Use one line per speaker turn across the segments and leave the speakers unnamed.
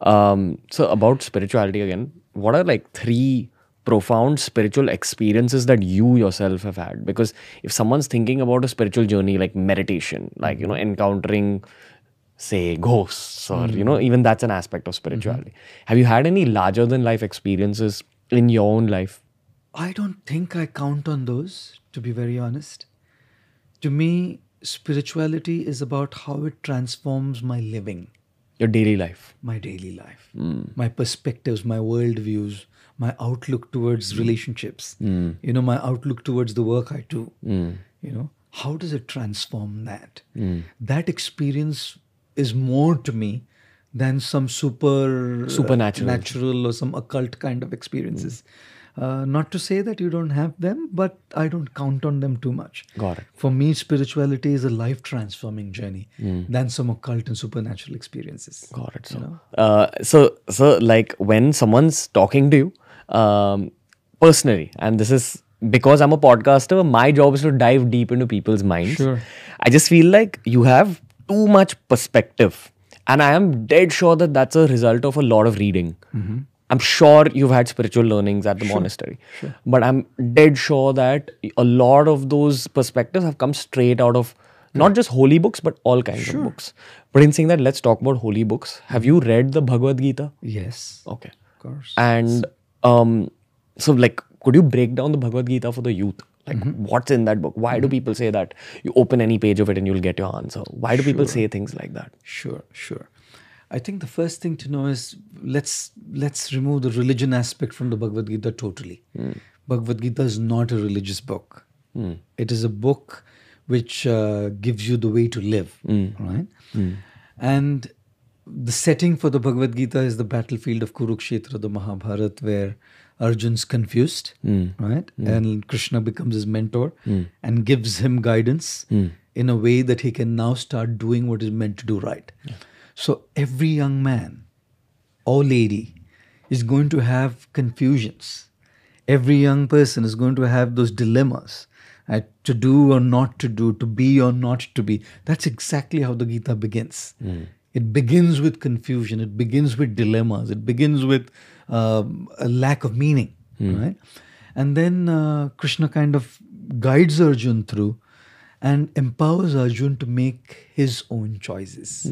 Um, so about spirituality again, what are like three profound spiritual experiences that you yourself have had? Because if someone's thinking about a spiritual journey like meditation, like you know, encountering say ghosts or you know, even that's an aspect of spirituality. Have you had any larger than life experiences in your own life?
I don't think I count on those, to be very honest. To me, spirituality is about how it transforms my living,
Your daily life?
my daily life,
Hmm.
my perspectives, my worldviews, my outlook towards
Hmm.
relationships, you know, my outlook towards the work I do.
Hmm.
You know, how does it transform that? That experience is more to me than some super uh,
Supernatural. Hmm.
natural or some occult kind of experiences. Uh, not to say that you don't have them, but I don't count on them too much.
Got it.
For me, spirituality is a life transforming journey than some occult and supernatural experiences.
Hmm. Got it. So, uh, so, so, like when someone's talking to you, um, personally, and this is because I'm a podcaster, my job is to dive deep into people's minds.
Sure.
I just feel like you have too much perspective, and I am dead sure that that's a result of a lot of reading. I'm sure you've had spiritual learnings at the monastery, but I'm dead sure that a lot of those perspectives have come straight out of not just holy books but all kinds of books but in saying that let's talk about holy books have you read the bhagavad gita
Yes, of
okay
course.
and um so like could you break down the bhagavad gita for the youth like what's in that book why do people say that you open any page of it and you'll get your answer why do people say things like that
Sure, sure. I think the first thing to know is let's let's remove the religion aspect from the Bhagavad Gita totally. Bhagavad Gita is not a religious book. It is a book which uh, gives you the way to live, right? And the setting for the Bhagavad Gita is the battlefield of Kurukshetra, the Mahabharata, where Arjun's confused, right? And Krishna becomes his mentor and gives him guidance in a way that he can now start doing what is meant to do right. So every young man or lady is going to have confusions. Every young person is going to have those dilemmas uh, to do or not to do, to be or not to be. That's exactly how the Gita begins. It begins with confusion, it begins with dilemmas, it begins with um, a lack of meaning, right? And then uh, Krishna kind of guides Arjun through and empowers Arjun to make his own choices.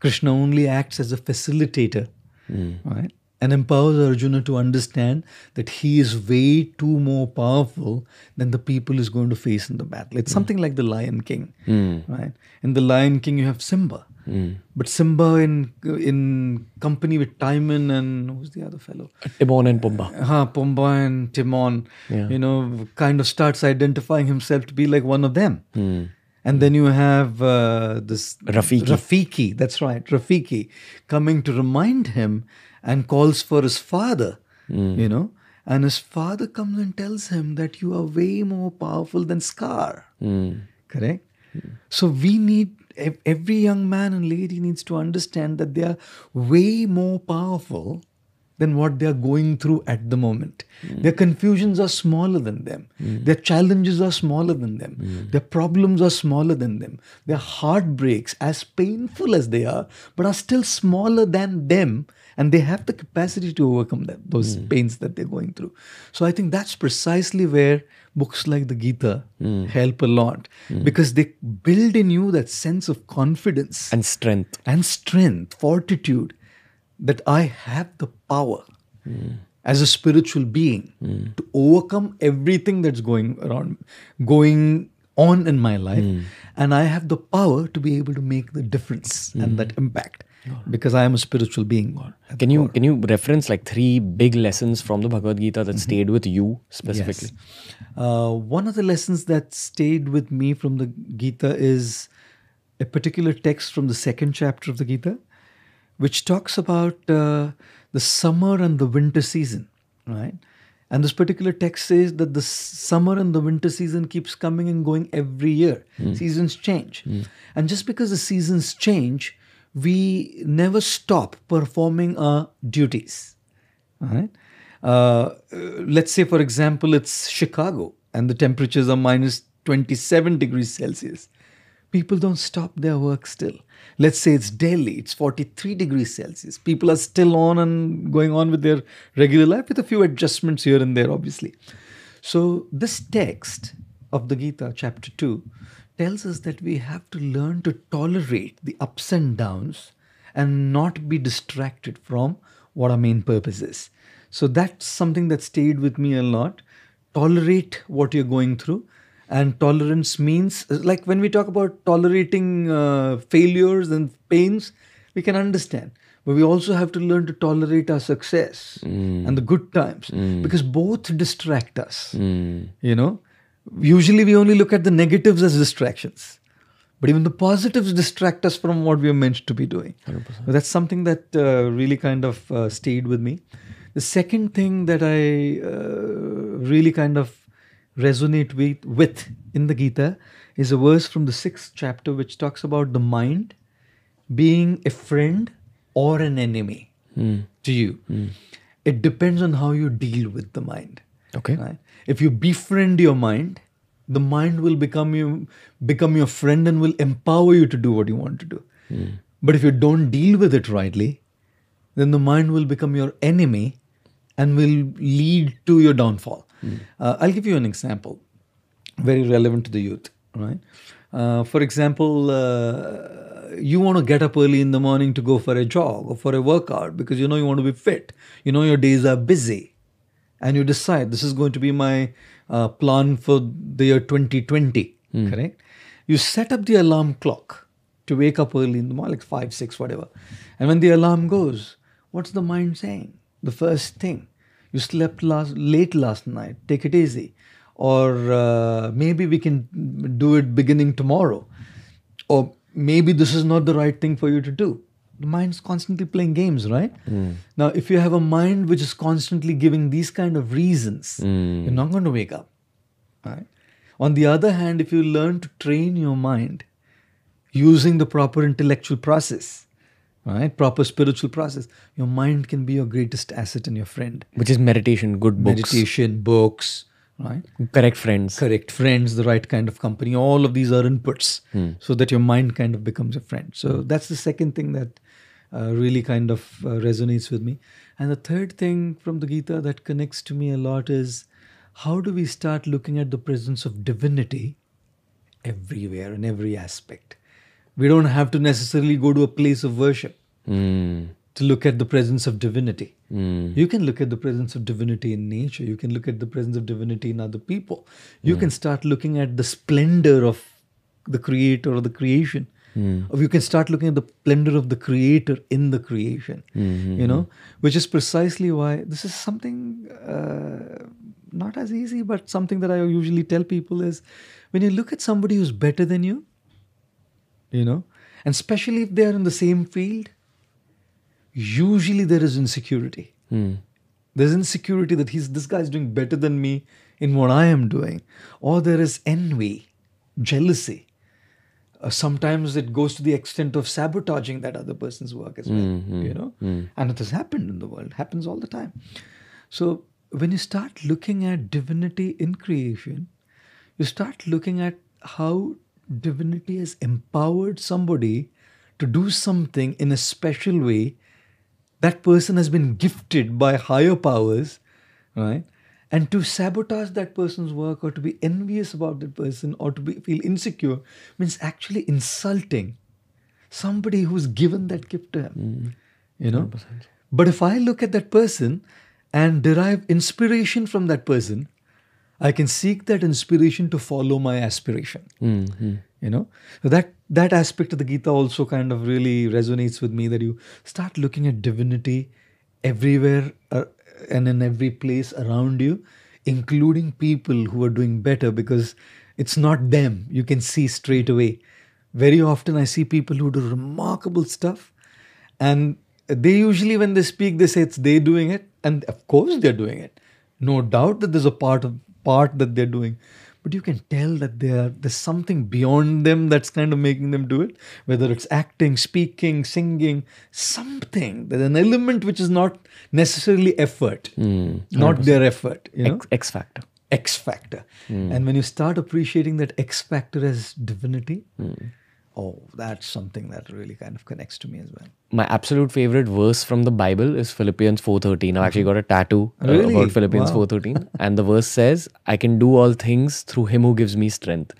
Krishna only acts as a facilitator, right? And empowers Arjuna to understand that he is way too more powerful than the people is going to face in the battle. It's something like the Lion King, right? In the Lion King, you have Simba, but Simba in in company with Timon and who's the other fellow?
Timon and Pumbaa.
huh, Pumbaa and Timon, you know, kind of starts identifying himself to be like one of them. And then you have uh, this
Rafiki.
Rafiki, that's right, Rafiki, coming to remind him and calls for his father, you know. And his father comes and tells him that you are way more powerful than Scar. Correct? So we need, ev- every young man and lady needs to understand that they are way more powerful than what they are going through at the moment. Their confusions are smaller than them. Their challenges are smaller than them. Their problems are smaller than them. Their heartbreaks, as painful as they are, but are still smaller than them. And they have the capacity to overcome them, those pains that they're going through. So I think that's precisely where books like the Gita help a lot because they build in you that sense of confidence
and strength
and strength, fortitude, that I have the power as a spiritual being to overcome everything that's going around, going on in my life, and I have the power to be able to make the difference and that impact because I am a spiritual being. at
can
the
you
core.
can you reference like three big lessons from the bhagavad gita that stayed with you specifically
Uh, one of the lessons that stayed with me from the Gita is a particular text from the second chapter of the Gita, which talks about uh, the summer and the winter season, right? And this particular text says that the s- summer and the winter season keeps coming and going every year. Seasons change. And just because the seasons change, we never stop performing our duties. All right. Uh, let's say, for example, it's Chicago and the temperatures are minus 27 degrees Celsius. people don't stop their work still. Let's say it's Delhi, it's 43 degrees Celsius. People are still on and going on with their regular life with a few adjustments here and there, obviously. So, this text of the Gita, chapter 2, tells us that we have to learn to tolerate the ups and downs and not be distracted from what our main purpose is. So, that's something that stayed with me a lot. Tolerate what you're going through and tolerance means like when we talk about tolerating uh, failures and pains we can understand but we also have to learn to tolerate our success and the good times because both distract us you know usually we only look at the negatives as distractions but even the positives distract us from what we are meant to be doing So that's something that uh, really kind of uh, stayed with me the second thing that i uh, really kind of resonate with, with in the Gita is a verse from the sixth chapter which talks about the mind being a friend or an enemy to you. It depends on how you deal with the mind. Uh,
Okay.
Right? If you befriend your mind, the mind will become you become your friend and will empower you to do what you want to do. But if you don't deal with it rightly, then the mind will become your enemy and will lead to your downfall. Uh, I'll give you an example, very relevant to the youth, right? Uh, for example, uh, you want to get up early in the morning to go for a jog or for a workout because you know you want to be fit. You know your days are busy, and you decide this is going to be my uh, plan for the year 2020 correct you set up the alarm clock to wake up early in the morning like 5 6 whatever and when the alarm goes what's the mind saying the first thing you slept last late last night take it easy or uh, maybe we can do it beginning tomorrow or maybe this is not the right thing for you to do. The mind's constantly playing games, right? Now, if you have a mind which is constantly giving these kind of reasons, you're not going to wake up. Right? On the other hand, if you learn to train your mind using the proper intellectual process, right, proper spiritual process, your mind can be your greatest asset and your friend.
Which is meditation, good books,
Meditation, books, right?
correct friends.
correct friends the right kind of company all of these are inputs so that your mind kind of becomes a friend so that's the second thing that uh, really kind of uh, resonates with me and the third thing from the gita that connects to me a lot is how do we start looking at the presence of divinity everywhere in every aspect we don't have to necessarily go to a place of worship
Hmm.
to look at the presence of divinity. You can look at the presence of divinity in nature. You can look at the presence of divinity in other people. You can start looking at the splendor of the creator or the creation. Or you can start looking at the splendor of the creator in the creation. You know, which is precisely why this is something uh, not as easy, but something that I usually tell people is when you look at somebody who's better than you, you know, and especially if they are in the same field, usually there is insecurity.
Hmm.
There's insecurity that he's this guy's doing better than me in what I am doing, or there is envy, jealousy. Uh, sometimes it goes to the extent of sabotaging that other person's work as well, you know. And it has happened in the world, happens all the time. So when you start looking at divinity in creation, you start looking at how divinity has empowered somebody to do something in a special way that person has been gifted by higher powers right and to sabotage that person's work or to be envious about that person or to be, feel insecure means actually insulting somebody who's given that gift to him you know but if i look at that person and derive inspiration from that person I can seek that inspiration to follow my aspiration. You know, so that that aspect of the Gita also kind of really resonates with me. That you start looking at divinity everywhere uh, and in every place around you, including people who are doing better because it's not them. You can see straight away. Very often, I see people who do remarkable stuff, and they usually, when they speak, they say it's they doing it, and of course they're doing it. No doubt that there's a part of part that they're doing, but you can tell that they are there's something beyond them that's kind of making them do it. Whether it's acting, speaking, singing, something. There's an element which is not necessarily effort, not their effort. You know?
X, X factor.
X factor. And when you start appreciating that X factor as divinity, oh, that's something that really kind of connects to me as well.
my absolute favorite verse from the Bible is Philippians 4:13. I've actually got a tattoo uh,
Really?
about Philippians
Wow.
4:13, and the verse says, "I can do all things through Him who gives me strength."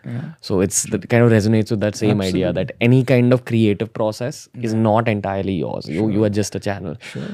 So it's that kind of resonates with that same idea that any kind of creative process is not entirely yours. You you are just a channel.